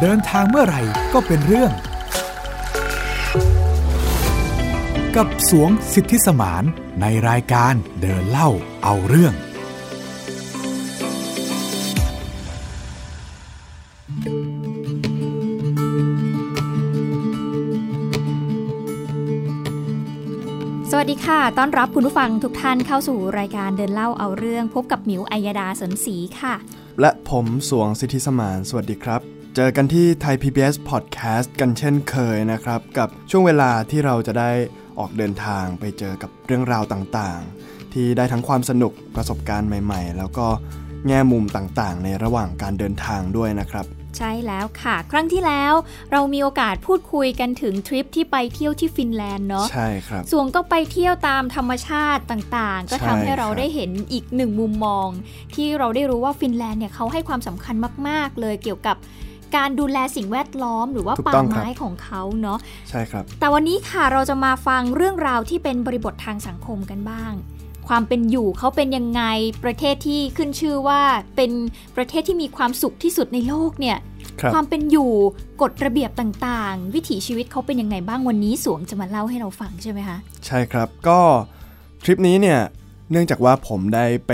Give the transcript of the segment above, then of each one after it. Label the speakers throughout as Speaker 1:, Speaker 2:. Speaker 1: เดินทางเมื่อไหร่ก็เป็นเรื่อง กับสวงสิทธิสมานในรายการเดินเล่าเอาเรื่อง
Speaker 2: สวัสดีค่ะ ต้อนรับคุณผู้ฟังทุกท่านเข้าสู่รายการเดินเล่าเอาเรื่อง พบกับหมิวอัยดาสนศรีค่ะ
Speaker 3: และผมสวงสิทธิสมาน สวัสดีครับ เจอกันที่ไทย PBS Podcast กันเช่นเคยนะครับ กับช่วงเวลาที่เราจะได้ออกเดินทางไปเจอกับเรื่องราวต่างๆ ที่ได้ทั้งความสนุกประสบการณ์ใหม่ๆ แล้วก็แง่มุมต่างๆ ในระหว่างการเดินทางด้วยนะครับ
Speaker 2: ใช่แล้วค่ะ ครั้งที่แล้ว เรามีโอกาสพูดคุยกันถึงทริปที่ไปเที่ยวที่ฟินแลนด์เนาะ
Speaker 3: ใช่ครับ
Speaker 2: ส่วนก็ไปเที่ยวตามธรรมชาติต่างๆ ก็ทำให้เรา
Speaker 3: ใช่ครับ
Speaker 2: ได้เห็นอีกหนึ่งมุมมอง ที่เราได้รู้ว่าฟินแลนด์เนี่ยเขาให้ความสำคัญมาก ๆ เลยเกี่ยวกับการดูแลสิ่งแวดล้อม หรือว่าป่าไม้ของเขาเนาะ
Speaker 3: ใช่ครับ
Speaker 2: แต่วันนี้ค่ะเราจะมาฟังเรื่องราวที่เป็นบริบททางสังคมกันบ้าง ความเป็นอยู่เขาเป็นยังไงประเทศที่ขึ้นชื่อว่าเป็นประเทศที่มีความสุขที่สุดในโลกเนี่ย
Speaker 3: ครับ
Speaker 2: ความเป็นอยู่กฎระเบียบต่างๆ วิถีชีวิตเขาเป็นยังไงบ้างวันนี้สวงจะมาเล่าให้เราฟังใช่ไหมคะ
Speaker 3: ใช่ครับ ก็ทริปนี้เนี่ย เนื่องจากว่าผมได้ไป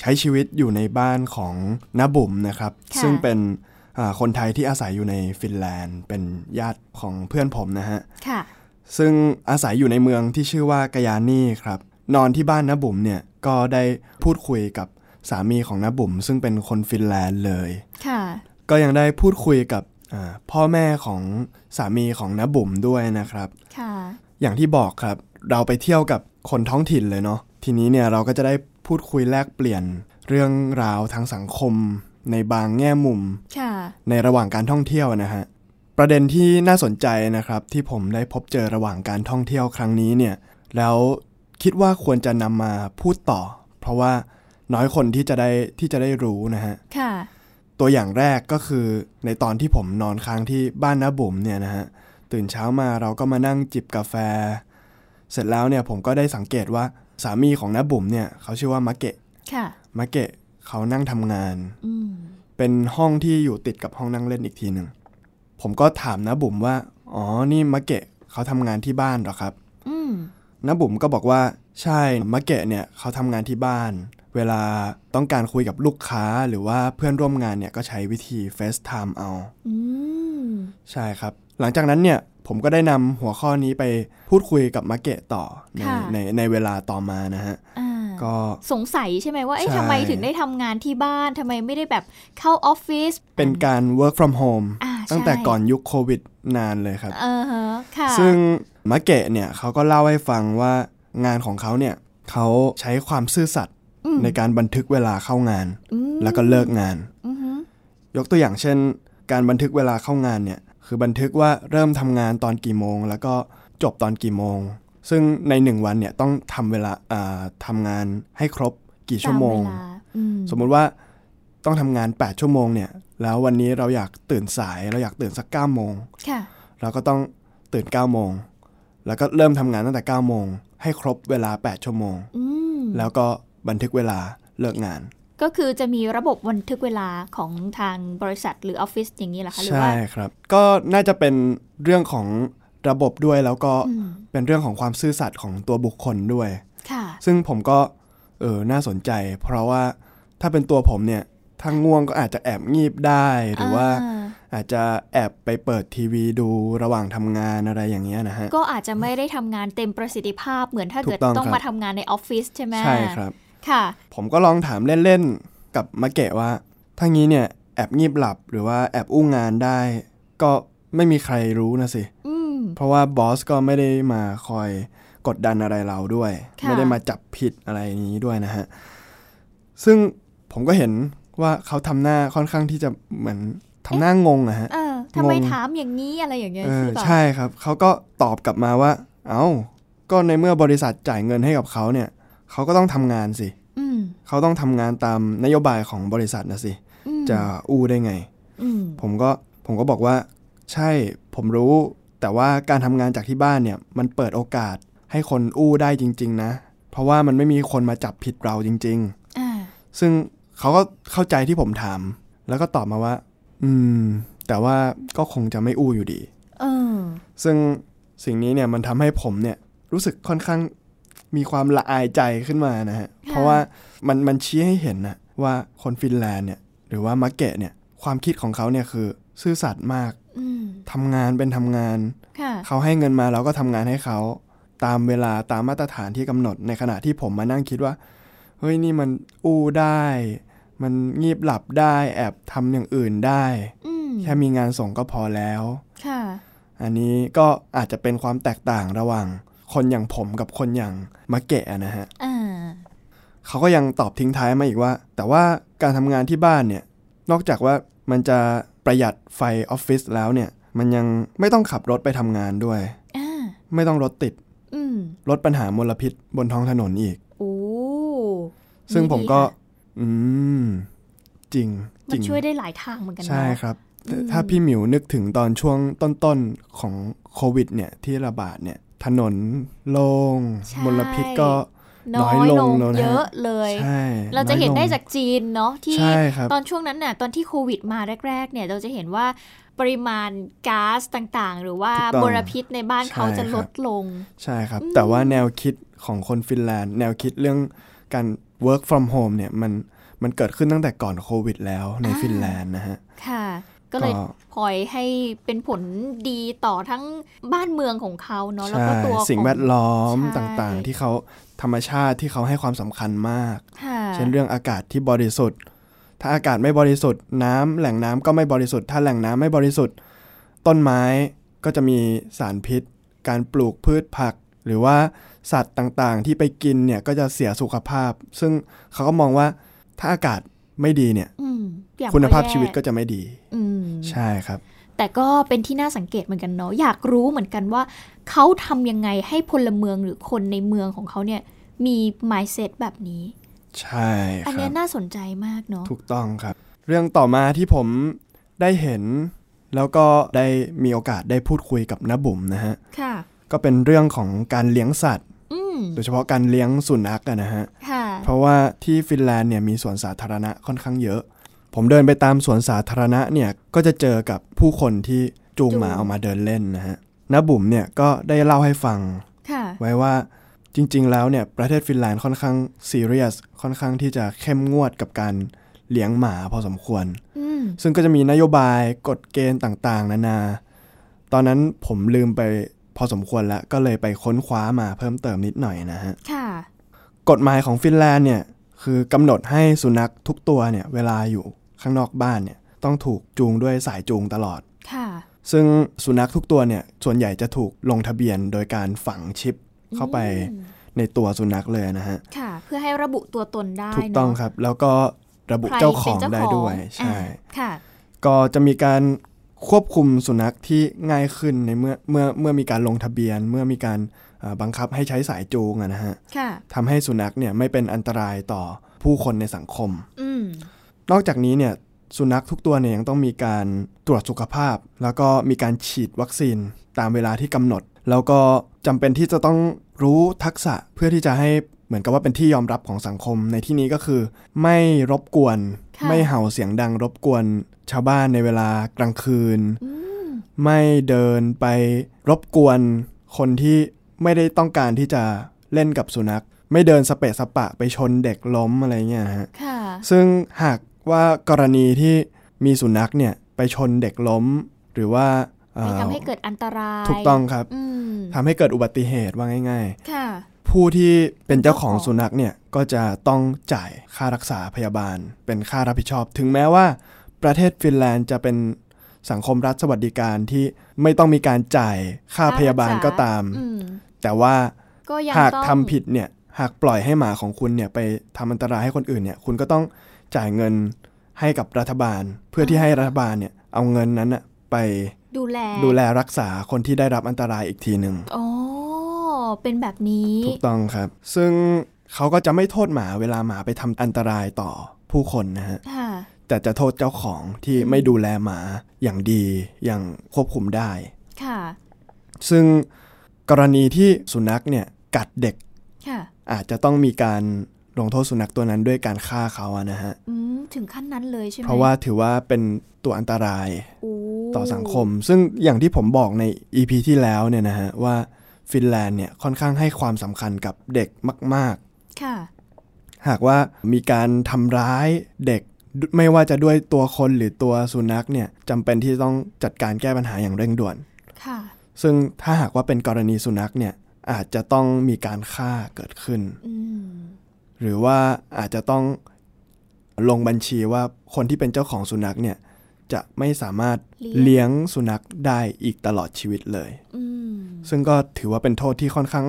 Speaker 3: ใช้ชีวิตอยู่ในบ้านของน้าบุ๋มนะครับ
Speaker 2: ค่ะ
Speaker 3: ซึ่งเป็นอ่าคนไทยที่อาศัยอยู่ในฟินแลนด์ เป็นญาติของเพื่อนผมนะฮะ
Speaker 2: ค่ะ
Speaker 3: ซึ่งอาศัยอยู่ในเมืองที่ชื่อว่ากายานี่ครับ นอนที่บ้านน้าบุ๋มเนี่ย ก็ได้พูดคุยกับสามีของน้าบุ๋มซึ่งเป็นคนฟินแลนด์เลย
Speaker 2: ค่ะ
Speaker 3: ก็ยังได้พูดคุยกับอ่าพ่อแม่ของสามีของน้าบุ๋มด้วยนะครับ
Speaker 2: ค่ะ
Speaker 3: อย่างที่บอกครับ เราไปเที่ยวกับคนท้องถิ่นเลยเนาะทีนี้เนี่ยเราก็จะได้พูดคุยแลกเปลี่ยนเรื่องราวทางสังคม ในบางแง่มุม
Speaker 2: ค่ะ
Speaker 3: ในระหว่างการท่องเที่ยวนะฮะประเด็นที่น่าสนใจนะครับ ที่ผมได้พบเจอระหว่างการท่องเที่ยวครั้งนี้เนี่ยแล้วคิดว่าควรจะนำมาพูดต่อ เพราะว่าน้อยคนที่จะได้ที่จะได้รู้นะฮะ
Speaker 2: ค่ะ
Speaker 3: ตัวอย่างแรกก็คือในตอนที่ผมนอนค้างที่บ้านน้าบุ๋มเนี่ยนะฮะตื่นเช้ามาเราก็มานั่งจิบกาแฟ เสร็จแล้วเนี่ยผมก็ได้สังเกตว่าสามีของน้าบุ๋มเนี่ยเขาชื่อว่ามะเกะ
Speaker 2: ค่ะ
Speaker 3: มะเกะเขานั่งทำงาน
Speaker 2: อืม
Speaker 3: เป็นห้องที่อยู่ติดกับห้องนั่งเล่นอีกทีหนึ่ง ผมก็ถามนะบุ๋มว่า อ๋อ นี่มะเกะเขาทำงานที่บ้านเหรอครับ
Speaker 2: อืม
Speaker 3: นะบุ๋มก็บอกว่า ใช่ มะเกะเนี่ยเขาทำงานที่บ้าน เวลาต้องการคุยกับลูกค้าหรือว่าเพื่อนร่วมงานเนี่ยก็ใช้วิธี FaceTime เอา
Speaker 2: อืม
Speaker 3: ใช่ครับ หลังจากนั้นเนี่ยผมก็ได้นำหัวข้อนี้ไปพูดคุยกับมะเกะต่อใน
Speaker 2: ค่ะ
Speaker 3: ในในเวลาต่อมานะฮะ
Speaker 2: อ่า
Speaker 3: ก็
Speaker 2: สงสัยใช่ไหมว่าเอ๊ะ
Speaker 3: ใช่
Speaker 2: ทำไมถึงได้ทำงานที่บ้านทำไมไม่ได้แบบเข้าออฟฟิศ
Speaker 3: เป็นการ work from home
Speaker 2: อ่าใช่
Speaker 3: ตั้งแต่ก่อนยุคโควิดนานเลยครับ
Speaker 2: เออฮะค่ะ
Speaker 3: ซึ่งมะเกะเนี่ยเขาก็เล่าให้ฟังว่างานของเขาเนี่ยเขาใช้ความซื่อสัตย์
Speaker 2: อืม
Speaker 3: ในการบันทึกเวลาเข้างาน
Speaker 2: อืม
Speaker 3: แล้วก็เลิกงาน
Speaker 2: อือฮึ
Speaker 3: ยกตัวอย่างเช่น การบันทึกเวลาเข้างานเนี่ยคือบันทึกว่าเริ่มทำงานตอนกี่โมง แล้วก็จบตอนกี่โมง ซึ่งในหนึ่งวันเนี่ยต้องทำเวลาอ่าทำงานให้ครบกี่ชั่วโมง
Speaker 2: ตาเวลาอืม
Speaker 3: สมมุติว่าต้องทำงาน 8 ชั่วโมงเนี่ยแล้ววันนี้เราอยากตื่นสายเราอยากตื่นสัก9โมง
Speaker 2: ค่ะ
Speaker 3: เราก็ต้องตื่น9โมง แล้วก็เริ่มทำงานตั้งแต่9โมง ให้ครบเวลา 8 ชั่วโมง
Speaker 2: อืม
Speaker 3: แล้วก็บันทึกเวลาเลิกงาน
Speaker 2: ก็คือจะมีระบบบันทึกเวลาของทางบริษัทหรือออฟฟิศอย่างนี้เหรอคะหรือ
Speaker 3: ใช่
Speaker 2: ว่า
Speaker 3: ครับ ก็น่าจะเป็นเรื่องของระบบด้วย แล้วก็
Speaker 2: อืม
Speaker 3: เป็นเรื่องของความซื่อสัตย์ของตัวบุคคลด้วย
Speaker 2: ค่ะ
Speaker 3: ซึ่งผมก็เออน่าสนใจ เพราะว่าถ้าเป็นตัวผมเนี่ยถ้าง่วงก็อาจจะแอบงีบได้หรือว่า
Speaker 2: อ่า
Speaker 3: อาจจะแอบไปเปิดทีวีดูระหว่างทำงานอะไรอย่างเงี้ยนะฮะ
Speaker 2: ก็อาจจะไม่ได้ทำงานเต็มประสิทธิภาพเหมือนถ้า
Speaker 3: ถู
Speaker 2: เกิด
Speaker 3: กต้อง
Speaker 2: ต้อง
Speaker 3: ครับ
Speaker 2: มาทำงานในออฟฟิศใช่ไหม
Speaker 3: ใช่ครับ
Speaker 2: ค่ะ
Speaker 3: ผมก็ลองถามเล่นๆ กับมะเกะว่า ถ้างี้เนี่ยแอบงีบหลับหรือว่าแอบอู้งานได้ ก็ไม่มีใครรู้นะสิ
Speaker 2: อืม
Speaker 3: เพราะว่าบอสก็ไม่ได้มาคอยกดดันอะไรเราด้วย
Speaker 2: ค่ะ
Speaker 3: ไม่ได้มาจับผิดอะไรอย่างนี้ด้วยนะฮะ ซึ่งผมก็เห็นว่าเขาทำหน้าค่อนข้างที่จะเหมือนทำหน้างงนะฮะ
Speaker 2: เออทำไม
Speaker 3: งง
Speaker 2: ถามอย่างนี้อะไรอย่างเงี้ย
Speaker 3: เออ
Speaker 2: ใช่ปะ
Speaker 3: ใช่ครับ เขาก็ตอบกลับมาว่า เอ้า ก็ในเมื่อบริษัทจ่ายเงินให้กับเขาเนี่ยเขาก็ต้องทำงานสิ
Speaker 2: อืม
Speaker 3: เขาต้องทำงานตามนโยบายของบริษัทนะสิ
Speaker 2: อืม
Speaker 3: จะอู้ได้ไง
Speaker 2: อืม
Speaker 3: ผมก็ผมก็บอกว่า ใช่ผมรู้ แต่ว่าการทำงานจากที่บ้านเนี่ย มันเปิดโอกาสให้คนอู้ได้จริง ๆ นะ เพราะว่ามันไม่มีคนมาจับผิดเราจริง
Speaker 2: อ่า
Speaker 3: ๆ ซึ่งเขาก็เข้าใจที่ผมถาม แล้วก็ตอบมาว่า อืม แต่ว่าก็คงจะไม่อู้อยู่ดี
Speaker 2: เออ
Speaker 3: ซึ่งสิ่งนี้เนี่ยมันทำให้ผมเนี่ยรู้สึกค่อนข้างมีความละอายใจขึ้นมานะฮะ เพราะว่ามันมันชี้ให้เห็นนะว่าคนฟินแลนด์เนี่ยหรือว่ามาเกะเนี่ยความคิดของเขาเนี่ยคือซื่อสัตย์มาก
Speaker 2: อืม
Speaker 3: ทำงานเป็นทำงาน
Speaker 2: ค่ะ
Speaker 3: เขาให้เงินมาเราก็ทำงานให้เขา ตามเวลาตามมาตรฐานที่กำหนดในขณะที่ผมมานั่งคิดว่า เฮ้ยนี่มันอู้ได้ มันงีบหลับได้ แอบทำอย่างอื่นได้
Speaker 2: อืม
Speaker 3: แค่มีงานส่งก็พอแล้ว
Speaker 2: ค่ะ
Speaker 3: อันนี้ก็อาจจะเป็นความแตกต่างระหว่าง คนอย่างผมกับคนอย่างมาเกะนะฮะ
Speaker 2: อ่า
Speaker 3: เขาก็ยังตอบทิ้งท้ายมาอีกว่า แต่ว่าการทำงานที่บ้านเนี่ย นอกจากว่ามันจะประหยัดไฟออฟฟิศแล้วเนี่ย มันยังไม่ต้องขับรถไปทำงานด้วย
Speaker 2: อ่า
Speaker 3: ไม่ต้องรถติด
Speaker 2: อืม
Speaker 3: ลดปัญหามลพิษบนท้องถนนอีก
Speaker 2: โอ้
Speaker 3: ซึ่ง
Speaker 2: ดี
Speaker 3: ผมก็
Speaker 2: ค่ะ
Speaker 3: อืม จริงจ
Speaker 2: มั
Speaker 3: ริ
Speaker 2: น
Speaker 3: ง
Speaker 2: ช่วยได้หลายทางเหมือนกันเนอะ
Speaker 3: ใช่ครับแต่ถ้าพี่หมิวนึกถึงตอนช่วงต้นๆของโควิด เนี่ยที่ระบาดเนี่ย ถนนโลง่งมลพิษก็
Speaker 2: น้อย
Speaker 3: น้อยล
Speaker 2: ล
Speaker 3: ง
Speaker 2: ง
Speaker 3: แล้วนะ
Speaker 2: เยอะเลย
Speaker 3: ใช่
Speaker 2: เราจะเห็น
Speaker 3: อยลง
Speaker 2: ได้จากจีนเนาะที่
Speaker 3: ใช่ครับ
Speaker 2: ตอนช่วงนั้นน่ะตอนที่โควิดมาแรก ๆ เนี่ยเราจะเห็นว่าปริมาณก๊าซต่างๆ หรือว่า
Speaker 3: ถูกต้อง
Speaker 2: มลพิษในบ้านเขา
Speaker 3: ใช่
Speaker 2: จะ
Speaker 3: ครับ
Speaker 2: ลดลง
Speaker 3: ใช่ครับ แต่ว่าแนวคิดของคนฟินแลนด์ แนวคิดเรื่องการ work from home เนี่ยมันมันเกิดขึ้นตั้งแต่ก่อนโควิดแล้วใน
Speaker 2: อ่า
Speaker 3: ฟินแลนด์นะฮะ
Speaker 2: ค่ะ ก็เลย
Speaker 3: ก็
Speaker 2: พลอยให้เป็นผลดีต่อทั้งบ้านเมืองของเขาเนาะแล้ว
Speaker 3: ใช่
Speaker 2: ก็ตัว
Speaker 3: สิ่ง
Speaker 2: ของ
Speaker 3: แวดล้อม
Speaker 2: ใช่
Speaker 3: ต่างๆ ที่เขาธรรมชาติที่เขาให้ความสำคัญมาก
Speaker 2: ค่ะ
Speaker 3: เช่นเรื่องอากาศที่บริสุทธิ์ ถ้าอากาศไม่บริสุทธิ์ น้ำแหล่งน้ำก็ไม่บริสุทธิ์ ถ้าแหล่งน้ำไม่บริสุทธิ์ ต้นไม้ก็จะมีสารพิษ การปลูกพืชผัก หรือว่าสัตว์ต่างๆ ที่ไปกินเนี่ยก็จะเสียสุขภาพ ซึ่งเขาก็มองว่าถ้าอากาศไม่ดีเนี่ย
Speaker 2: อืมอย่ง
Speaker 3: คุณภาพ
Speaker 2: แย่
Speaker 3: ชีวิตก็จะไม่ดี
Speaker 2: อืม
Speaker 3: ใช่ครับ
Speaker 2: แต่ก็เป็นที่น่าสังเกตเหมือนกันเนาะอยากรู้เหมือนกันว่า เขาทำยังไงให้พลเมืองหรือคนในเมืองของเขาเนี่ย มี mindset แบบนี้
Speaker 3: ใช่
Speaker 2: อัน
Speaker 3: ค
Speaker 2: เนี้
Speaker 3: รั
Speaker 2: ย
Speaker 3: บ
Speaker 2: น่าสนใจมากเนาะ
Speaker 3: ถูกต้องครับ เรื่องต่อมาที่ผมได้เห็น แล้วก็ได้มีโอกาสได้พูดคุยกับน้าบุ๋มนะฮะ
Speaker 2: ค่ะ
Speaker 3: ก็เป็นเรื่องของการเลี้ยงสัตว์
Speaker 2: อืม
Speaker 3: โดยเฉพาะการเลี้ยงสุนัขอะนะฮะ
Speaker 2: ค่ะ
Speaker 3: เพราะว่าที่ฟินแลนด์เนี่ยมีสวนสาธารณะค่อนข้างเยอะ ผมเดินไปตามสวนสาธารณะเนี่ยก็จะเจอกับผู้คนที่จูง
Speaker 2: จูง
Speaker 3: หมาออกมาเดินเล่นนะฮะน้าบุ๋มเนี่ยก็ได้เล่าให้ฟัง
Speaker 2: ค่ะ
Speaker 3: ไว้ว่าจริง ๆ แล้วเนี่ยประเทศฟินแลนด์ค่อนข้างซีเรียสค่อนข้างที่จะเข้มงวดกับการเลี้ยงหมาพอสมควร
Speaker 2: อืม
Speaker 3: ซึ่งก็จะมีนโยบายกฎเกณฑ์ต่างๆ นานา ตอนนั้นผมลืมไปพอสมควรแล้วก็เลยไปค้นคว้ามาเพิ่มเติมนิดหน่อยนะฮะ
Speaker 2: ค่ะ
Speaker 3: กฎหมายของฟินแลนด์เนี่ยคือกำหนดให้สุนัขทุกตัวเนี่ยเวลาอยู่ข้างนอกบ้านเนี่ยต้องถูกจูงด้วยสายจูงตลอด
Speaker 2: ค่ะ
Speaker 3: ซึ่งสุนัขทุกตัวเนี่ยส่วนใหญ่จะถูกลงทะเบียนโดยการฝังชิปเข้าไปในตัวสุนัขเลยนะฮะ
Speaker 2: ค่ะ เพื่อให้ระบุตัวตนได้
Speaker 3: ถูกต้อง
Speaker 2: เนะ
Speaker 3: ครับ แล้วก็ระบุ
Speaker 2: ใคร
Speaker 3: เจ้าข
Speaker 2: ป็
Speaker 3: อน ง
Speaker 2: เจ้า
Speaker 3: ได้ด้วย
Speaker 2: ของ
Speaker 3: ใช่
Speaker 2: อ่ะค่ะ
Speaker 3: ก็จะมีการควบคุมสุนัขที่ง่ายขึ้นในเมื่อเมื่อเมื่อมีการลงทะเบียน เมื่อมีการเอ่อบังคับให้ใช้สายจูงอะนะฮะ
Speaker 2: ค่ะ
Speaker 3: ทำให้สุนัขเนี่ยไม่เป็นอันตรายต่อผู้คนในสังคม
Speaker 2: อืม
Speaker 3: นอกจากนี้เนี่ยสุนัขทุกตัวเนี่ยยังต้องมีการตรวจสุขภาพ แล้วก็มีการฉีดวัคซีนตามเวลาที่กำหนด แล้วก็จำเป็นที่จะต้องรู้ทักษะเพื่อที่จะให้เหมือนกับว่าเป็นที่ยอมรับของสังคมในที่นี้ก็คือ ไม่รบกวน
Speaker 2: ะ
Speaker 3: ไม่เห่าเสียงดังรบกวน ชาวบ้านในเวลากลางคืน
Speaker 2: อืม
Speaker 3: ไม่เดินไปรบกวนคนที่ไม่ได้ต้องการที่จะเล่นกับสุนัข ไม่เดินสเปะสปะไปชนเด็กล้มอะไรเงี้ยฮะ
Speaker 2: ค่ะ
Speaker 3: ซึ่งหากว่ากรณีที่มีสุนัขเนี่ยไปชนเด็กล้ม หรือว่าเอ่อ
Speaker 2: ไม่ทำให้เกิดอันตราย
Speaker 3: ถูกต้องครับ
Speaker 2: อืม
Speaker 3: ทำให้เกิดอุบัติเหตุว่าง่าย
Speaker 2: ค่ะ
Speaker 3: ๆ ผู้ที่เป็นเจ้าของสุนัขเนี่ยก็จะต้องจ่ายค่ารักษาพยาบาล เป็นค่ารับผิดชอบ ถึงแม้ว่าประเทศฟินแลนด์จะเป็นสังคมรัฐสวัสดิการที่ไม่ต้องมีการจ่ายค่าพยาบาลก็ตาม
Speaker 2: อืม
Speaker 3: แต่ว่า
Speaker 2: ก็ยัง
Speaker 3: หาก
Speaker 2: ต้อง
Speaker 3: ทำผิดเนี่ยหากปล่อยให้หมาของคุณเนี่ยไปทำอันตรายให้คนอื่นเนี่ยคุณก็ต้องจ่ายเงินให้กับรัฐบาล เพื่อที่ให้รัฐบาลเนี่ยเอาเงินนั้นน่ะไป
Speaker 2: ดูแล
Speaker 3: ดูแลรักษาคนที่ได้รับอันตรายอีกทีหนึ่ง
Speaker 2: อ๋อ เป็นแบบนี้
Speaker 3: ถูกต้องครับ ซึ่งเขาก็จะไม่โทษหมาเวลาหมาไปทำอันตรายต่อผู้คนนะฮะ
Speaker 2: ค่ะ
Speaker 3: แต่จะโทษเจ้าของที่ไม่ดูแลหมาอย่างดีอย่างควบคุมได้
Speaker 2: ค่ะ
Speaker 3: ซึ่งกรณีที่สุนัขเนี่ยกัดเด็ก
Speaker 2: ค่ะ
Speaker 3: อาจจะต้องมีการลงโทษสุนัขตัวนั้นด้วยการฆ่าเขาอะนะฮะ
Speaker 2: อืม ถึงขั้นนั้นเลยใช่ไหม
Speaker 3: เพราะว่าถือว่าเป็นตัวอันตราย
Speaker 2: โอ้
Speaker 3: ต่อสังคม ซึ่งอย่างที่ผมบอกใน EP ที่แล้วเนี่ยนะฮะว่าฟินแลนด์เนี่ยค่อนข้างให้ความสำคัญกับเด็กมาก
Speaker 2: ค่ะ
Speaker 3: ๆ หากว่ามีการทำร้ายเด็กไม่ว่าจะด้วยตัวคนหรือตัวสุนัขเนี่ยจำเป็นที่ต้องจัดการแก้ปัญหาอย่างเร่งด่วน
Speaker 2: ค่ะ
Speaker 3: ซึ่งถ้าหากว่าเป็นกรณีสุนัขเนี่ยอาจจะต้องมีการฆ่าเกิดขึ้น
Speaker 2: อืม
Speaker 3: หรือว่าอาจจะต้องลงบัญชีว่าคนที่เป็นเจ้าของสุนัขเนี่ยจะไม่สามารถ
Speaker 2: เลี้
Speaker 3: เลี้ย
Speaker 2: ย
Speaker 3: ง
Speaker 2: ง
Speaker 3: สุนัขได้อีกตลอดชีวิตเลย
Speaker 2: อืม
Speaker 3: ซึ่งก็ถือว่าเป็นโทษที่ค่อนข้าง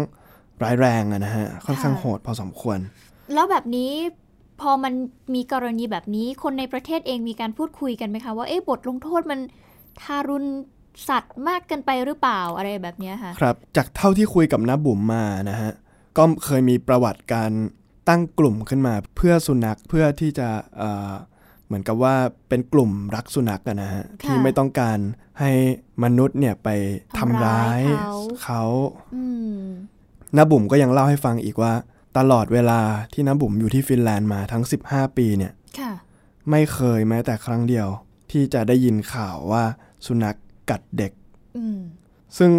Speaker 3: ร้ายแรงอะนะฮะค่อนข้างโหดพอสมควร
Speaker 2: แล้วแบบนี้พอมันมีกรณีแบบนี้คนในประเทศเองมีการพูดคุยกันไหมคะ ว่าเอ๊ะบทลงโทษมันทารุณสัตว์มากเกินไปหรือเปล่าอะไรแบบเนี้ยค่ะ
Speaker 3: ครับ จากเท่าที่คุยกับน้าบุ๋มมานะฮะ ก็เคยมีประวัติการตั้งกลุ่มขึ้นมาเพื่อสุนัขเพื่อที่จะเอ่อเหมือนกับว่าเป็นกลุ่มรักสุนัขอะนะฮะ ที่ไม่ต้องการให้มนุษย์เนี่ยไปทำ
Speaker 2: ทำร้า
Speaker 3: ร้าย ย
Speaker 2: เขา
Speaker 3: เขา
Speaker 2: อืม
Speaker 3: น้าบุ๋มก็ยังเล่าให้ฟังอีกว่า ตลอดเวลาที่น้าบุ๋มอยู่ที่ฟินแลนด์มาทั้ง 15 ปีเนี่ย
Speaker 2: ค่ะ
Speaker 3: ไม่เคยแม้แต่ครั้งเดียว ที่จะได้ยินข่าวว่าสุนัขกัดเด็ก
Speaker 2: อืม
Speaker 3: ซึ่ง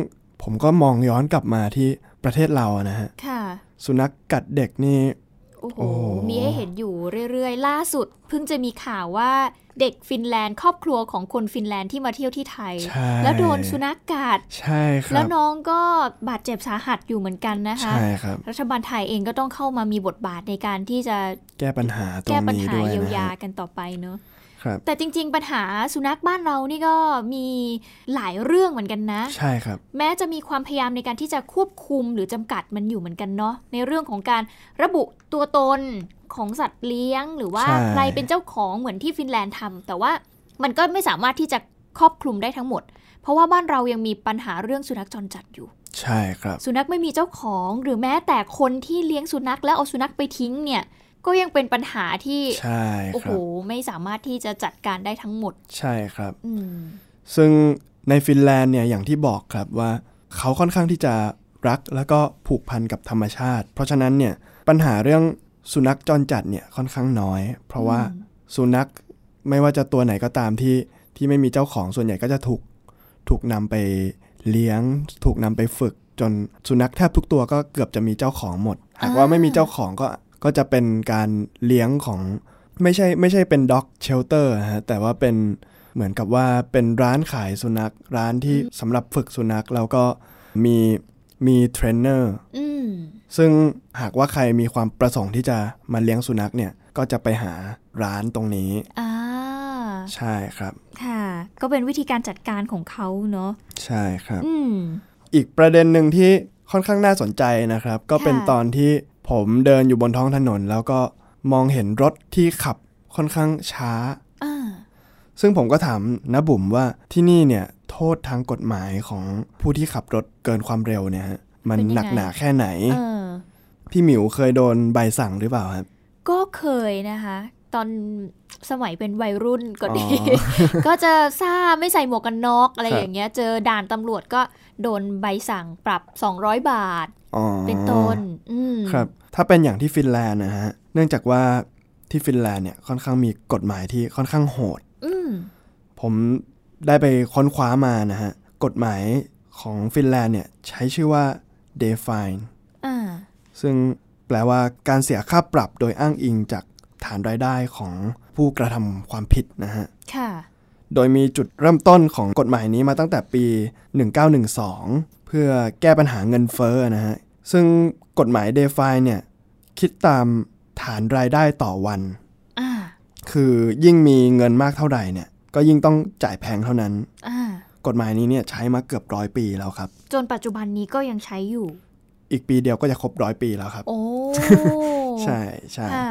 Speaker 3: ผมก็มองย้อนกลับมาที่ประเทศเราอะนะฮะ
Speaker 2: ค่ะ
Speaker 3: สุนัขกกัดเด็กนี่
Speaker 2: โอ้โห
Speaker 3: โอ้โห
Speaker 2: มีให้เห็นอยู่เรื่อยๆ ล่าสุด เพิ่งจะมีข่าวว่าเด็กฟินแลนด์ ครอบครัวของคนฟินแลนด์ที่มาเที่ยวที่ไทย
Speaker 3: ใช่
Speaker 2: แล้วโดนสุนัขกัด
Speaker 3: ใช่ค
Speaker 2: แล้
Speaker 3: รั
Speaker 2: ว
Speaker 3: บ
Speaker 2: น้องก็บาดเจ็บสาหัสอยู่เหมือนกันนะคะ
Speaker 3: ใช่ครับ
Speaker 2: รัฐบาลไทยเองก็ต้องเข้ามามีบทบาทในการที่จะ
Speaker 3: แก้ปัญหาตรง
Speaker 2: แก้ปัญ
Speaker 3: นี้
Speaker 2: หา
Speaker 3: ด้วย
Speaker 2: เยียวยา
Speaker 3: นะฮะ
Speaker 2: กันต่อไปเนอะ
Speaker 3: ครับ
Speaker 2: แต่จริง ๆ ปัญหาสุนัขบ้านเรานี่ก็มีหลายเรื่องเหมือนกันนะ
Speaker 3: ใช่ครับ
Speaker 2: แม้จะมีความพยายามในการที่จะควบคุมหรือจำกัดมันอยู่เหมือนกันเนาะในเรื่องของการระบุตัวตนของสัตว์เลี้ยง หรือว่า
Speaker 3: ใช่
Speaker 2: ใครเป็นเจ้าของเหมือนที่ฟินแลนด์ทำแต่ว่ามันก็ไม่สามารถที่จะครอบคลุมได้ทั้งหมด เพราะว่าบ้านเรายังมีปัญหาเรื่องสุนัขจรจัดอยู่
Speaker 3: ใช่ครับ
Speaker 2: สุนัขไม่มีเจ้าของหรือแม้แต่คนที่เลี้ยงสุนัขแล้วเอาสุนัขไปทิ้งเนี่ยก็ยังเป็นปัญหาที่
Speaker 3: ใช่
Speaker 2: โอ้
Speaker 3: ค
Speaker 2: โห
Speaker 3: รับ
Speaker 2: ไม่สามารถที่จะจัดการได้ทั้งหมด
Speaker 3: ใช่ครับ
Speaker 2: อืม
Speaker 3: ซึ่งในฟินแลนด์เนี่ยอย่างที่บอกครับว่า เขาค่อนข้างที่จะรักแล้วก็ผูกพันกับธรรมชาติ เพราะฉะนั้นเนี่ยปัญหาเรื่องสุนัขจรจัดเนี่ยค่อนข้างน้อย เพราะว่าสุนัขไม่ว่าจะตัวไหนก็ตามที่ที่ไม่มีเจ้าของส่วนใหญ่ก็จะถูกถูกนำไปเลี้ยง ถูกนำไปฝึก จนสุนัขแทบทุกตัวก็เกือบจะมีเจ้าของหมด หากว่าไม่มีเจ้าของก็ก็จะเป็นการเลี้ยงของไม่ใช่ไม่ใช่เป็นด็อกเชลเตอร์ฮะแต่ว่าเป็น เหมือนกับว่าเป็นร้านขายสุนัขร้านที่สำหรับฝึกสุนัขแล้วก็มีมีเทรนเนอร์
Speaker 2: อืม
Speaker 3: ซึ่งหากว่าใครมีความประสงค์ที่จะมาเลี้ยงสุนัขเนี่ยก็จะไปหาร้านตรงนี้
Speaker 2: อ่า
Speaker 3: ใช่ครับ
Speaker 2: ค่ะ ก็เป็นวิธีการจัดการของเขาเนาะ
Speaker 3: ใช่ครับ
Speaker 2: อืม
Speaker 3: อีกประเด็นหนึ่งที่ค่อนข้างน่าสนใจนะครับ ก็เป็น
Speaker 2: ค่ะ
Speaker 3: ตอนที่ผมเดินอยู่บนท้องถนน แล้วก็มองเห็นรถที่ขับค่อนข้างช้า
Speaker 2: อ่า
Speaker 3: ซึ่งผมก็ถามนะบุ๋มว่าที่นี่เนี่ยโทษทางกฎหมายของผู้ที่ขับรถเกินความเร็วเนี่ยฮะมัน
Speaker 2: เป็นยังไง
Speaker 3: หนักหนาแค่ไหน
Speaker 2: เออ
Speaker 3: พี่หมิวเคยโดนใบสั่งหรือเปล่าครับ
Speaker 2: ก็เคยนะคะ ตอนสมัยเป็นวัยรุ่นก็ดี
Speaker 3: อ๋อ
Speaker 2: ก็จะซ่าไม่ใส่หมวกกันน็อกอะไร
Speaker 3: ครับ
Speaker 2: อย่างเงี้ย เจอด่านตำรวจก็โดนใบสั่งปรับ 200 บาท
Speaker 3: อ๋อ
Speaker 2: เป็นต้น อืม
Speaker 3: ครับ ถ้าเป็นอย่างที่ฟินแลนด์นะฮะเนื่องจากว่าที่ฟินแลนด์เนี่ยค่อนข้างมีกฎหมายที่ค่อนข้างโหด
Speaker 2: อืม
Speaker 3: ผมได้ไปค้นคว้ามานะฮะกฎหมายของฟินแลนด์เนี่ยใช้ชื่อว่า define
Speaker 2: อ่า
Speaker 3: ซึ่งแปลว่าการเสียค่าปรับโดยอ้างอิงจากฐานรายได้ของผู้กระทำความผิดนะฮะ
Speaker 2: ค่ะ
Speaker 3: โดยมีจุดเริ่มต้นของกฎหมายนี้มาตั้งแต่ปี 1912 เพื่อแก้ปัญหาเงินเฟ้อนะฮะ ซึ่งกฎหมาย d e f i เนี่ยคิดตามฐานรายได้ต่อวัน
Speaker 2: อ่า
Speaker 3: คือยิ่งมีเงินมากเท่าไหร่เนี่ยก็ยิ่งต้องจ่ายแพงเท่านั้น
Speaker 2: อ่า
Speaker 3: กฎหมายนี้เนี่ยใช้มาเกือบร้อยปีแล้วครับ
Speaker 2: จนปัจจุบันนี้ก็ยังใช้อยู่
Speaker 3: อีกปีเดียวก็จะครบร้อยปีแล้วครับ
Speaker 2: โอ้
Speaker 3: ใช่ใช่
Speaker 2: ค่ะ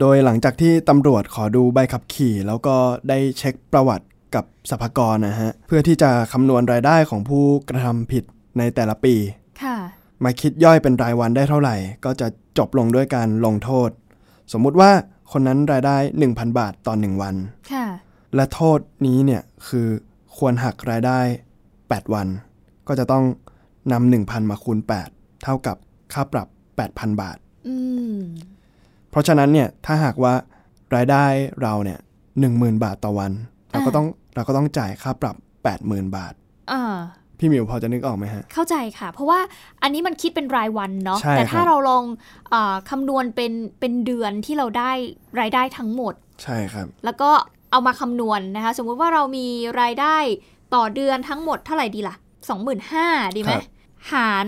Speaker 3: โดยหลังจากที่ตำรวจขอดูใบขับขี่ แล้วก็ได้เช็คประวัติกับสรรพากรนะฮะ เพื่อที่จะคำนวณรายได้ของผู้กระทำผิดในแต่ละปี
Speaker 2: ค่ะ
Speaker 3: มาคิดย่อยเป็นรายวันได้เท่าไหร่ ก็จะจบลงด้วยการลงโทษ สมมุติว่าคนนั้นรายได้ 1,000 บาทต่อ 1 วัน
Speaker 2: ค่ะ
Speaker 3: และโทษนี้เนี่ยคือควรหักรายได้ 8 วัน ก็จะต้องนำ1,000 มาคูณ 8 เท่ากับค่าปรับ 8,000 บาท
Speaker 2: อืม
Speaker 3: เพราะฉะนั้นเนี่ยถ้าหากว่ารายได้เราเนี่ยหนึ่งหมื่นบาทต่อวัน เราก็ต้องเราก็ต้องจ่ายค่าปรับ 80,000 บาท
Speaker 2: เออ
Speaker 3: พี่หมิวพอจะนึกออกไหมฮะ
Speaker 2: เข้าใจค่ะ เพราะว่าอันนี้มันคิดเป็นรายวันเนาะ
Speaker 3: ใช่
Speaker 2: แต่
Speaker 3: ค
Speaker 2: ถ้า
Speaker 3: รับ
Speaker 2: เราลองเออคำนวณเป็นเป็นเดือนที่เราได้รายได้ทั้งหมด
Speaker 3: ใช่ครับ
Speaker 2: แล้วก็เอามาคำนวณนะคะ สมมุติว่าเรามีรายได้ต่อเดือนทั้งหมดเท่าไหร่ดีล่ะ 25,000ดีไหม
Speaker 3: ครับ
Speaker 2: หาร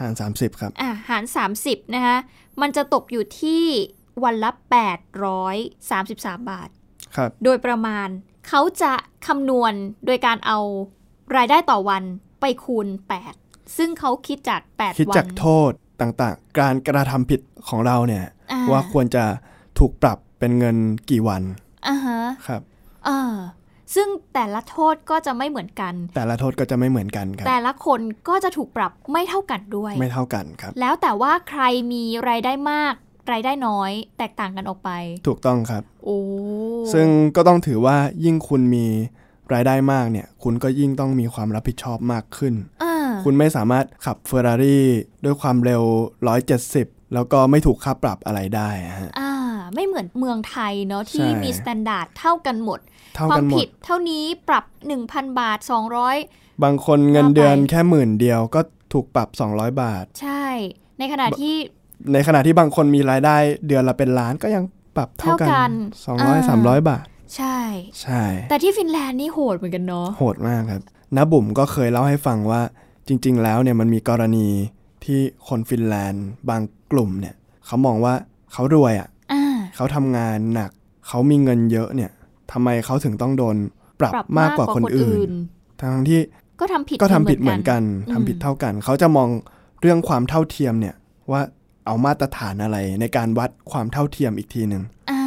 Speaker 3: หาร30 ครับ
Speaker 2: อ่ะหาร 30 นะคะ มันจะตกอยู่ที่วันละ 833 บาท
Speaker 3: ครับ
Speaker 2: โดยประมาณเขาจะคำนวณโดยการเอารายได้ต่อวันไปคูณ 8 ซึ่งเขาคิดจาก 8 วัน
Speaker 3: คิดจากโทษต่างๆ การกระทำผิดของเราเนี่ย
Speaker 2: อ่
Speaker 3: ว่าควรจะถูกปรับเป็นเงินกี่วัน
Speaker 2: อ่าฮะ
Speaker 3: ครับ
Speaker 2: เออซึ่งแต่ละโทษก็จะไม่เหมือนกัน
Speaker 3: แต่ละโทษก็จะไม่เหมือนกันครับ
Speaker 2: แต่ละคนก็จะถูกปรับไม่เท่ากันด้วย
Speaker 3: ไม่เท่ากันครับ
Speaker 2: แล้วแต่ว่าใครมีรายได้มาก รายได้น้อยแตกต่างกันออกไป
Speaker 3: ถูกต้องครับ
Speaker 2: โอ้
Speaker 3: ซึ่งก็ต้องถือว่ายิ่งคุณมีรายได้มากเนี่ย คุณก็ยิ่งต้องมีความรับผิดชอบมากขึ้น
Speaker 2: อ่า
Speaker 3: คุณไม่สามารถขับเฟอร์รารี่ด้วยความเร็ว 170 แล้วก็ไม่ถูกค่าปรับอะไรได้อะฮะ
Speaker 2: อ่า ไม่เหมือนเมืองไทยเนาะที่
Speaker 3: ใช่
Speaker 2: มีมาตรฐานเท่ากันหมด
Speaker 3: เท่า
Speaker 2: ควา
Speaker 3: กัน
Speaker 2: ม
Speaker 3: หม
Speaker 2: ผิ
Speaker 3: ด
Speaker 2: ดเท่านี้ปรับ 1,000 บาท 200
Speaker 3: บางคนเงิน
Speaker 2: เอาไป
Speaker 3: เดือนแค่หมื่นเดียวก็ถูกปรับ 200 บาท
Speaker 2: ใช่ ในขณะที่
Speaker 3: ในขณะที่บางคนมีรายได้เดือนละเป็นล้านก็ยังปรับเท่ากัน
Speaker 2: เท่ากันอ่า
Speaker 3: 200 300 บาท
Speaker 2: ใช่
Speaker 3: ใช่
Speaker 2: แต่ที่ฟินแลนด์นี่โหดเหมือนกันเนาะ
Speaker 3: โหดมากครับน้าบุ๋มก็เคยเล่าให้ฟังว่าจริง ๆ แล้วเนี่ยมันมีกรณีที่คนฟินแลนด์บางกลุ่มเนี่ยเขามองว่าเขารวยอะ่ะ
Speaker 2: อ่า
Speaker 3: เขาทำงานหนัก เขามีเงินเยอะเนี่ยทำไมเขาถึงต้องโดนปรับ
Speaker 2: ปรั
Speaker 3: มาม
Speaker 2: บาก ก
Speaker 3: ก
Speaker 2: ก
Speaker 3: ว่า
Speaker 2: ว่า
Speaker 3: ค
Speaker 2: คน น
Speaker 3: อื่
Speaker 2: อื่
Speaker 3: น
Speaker 2: น
Speaker 3: ทั้งๆที่
Speaker 2: ก็ทำผิด
Speaker 3: ก็ทำผิดเหมือนกัน
Speaker 2: อื
Speaker 3: ทำผิดเท่ากัน เขาจะมองเรื่องความเท่าเทียมเนี่ยว่าเอามาตรฐานอะไรในการวัดความเท่าเทียมอีกทีหนึ่ง
Speaker 2: อ่า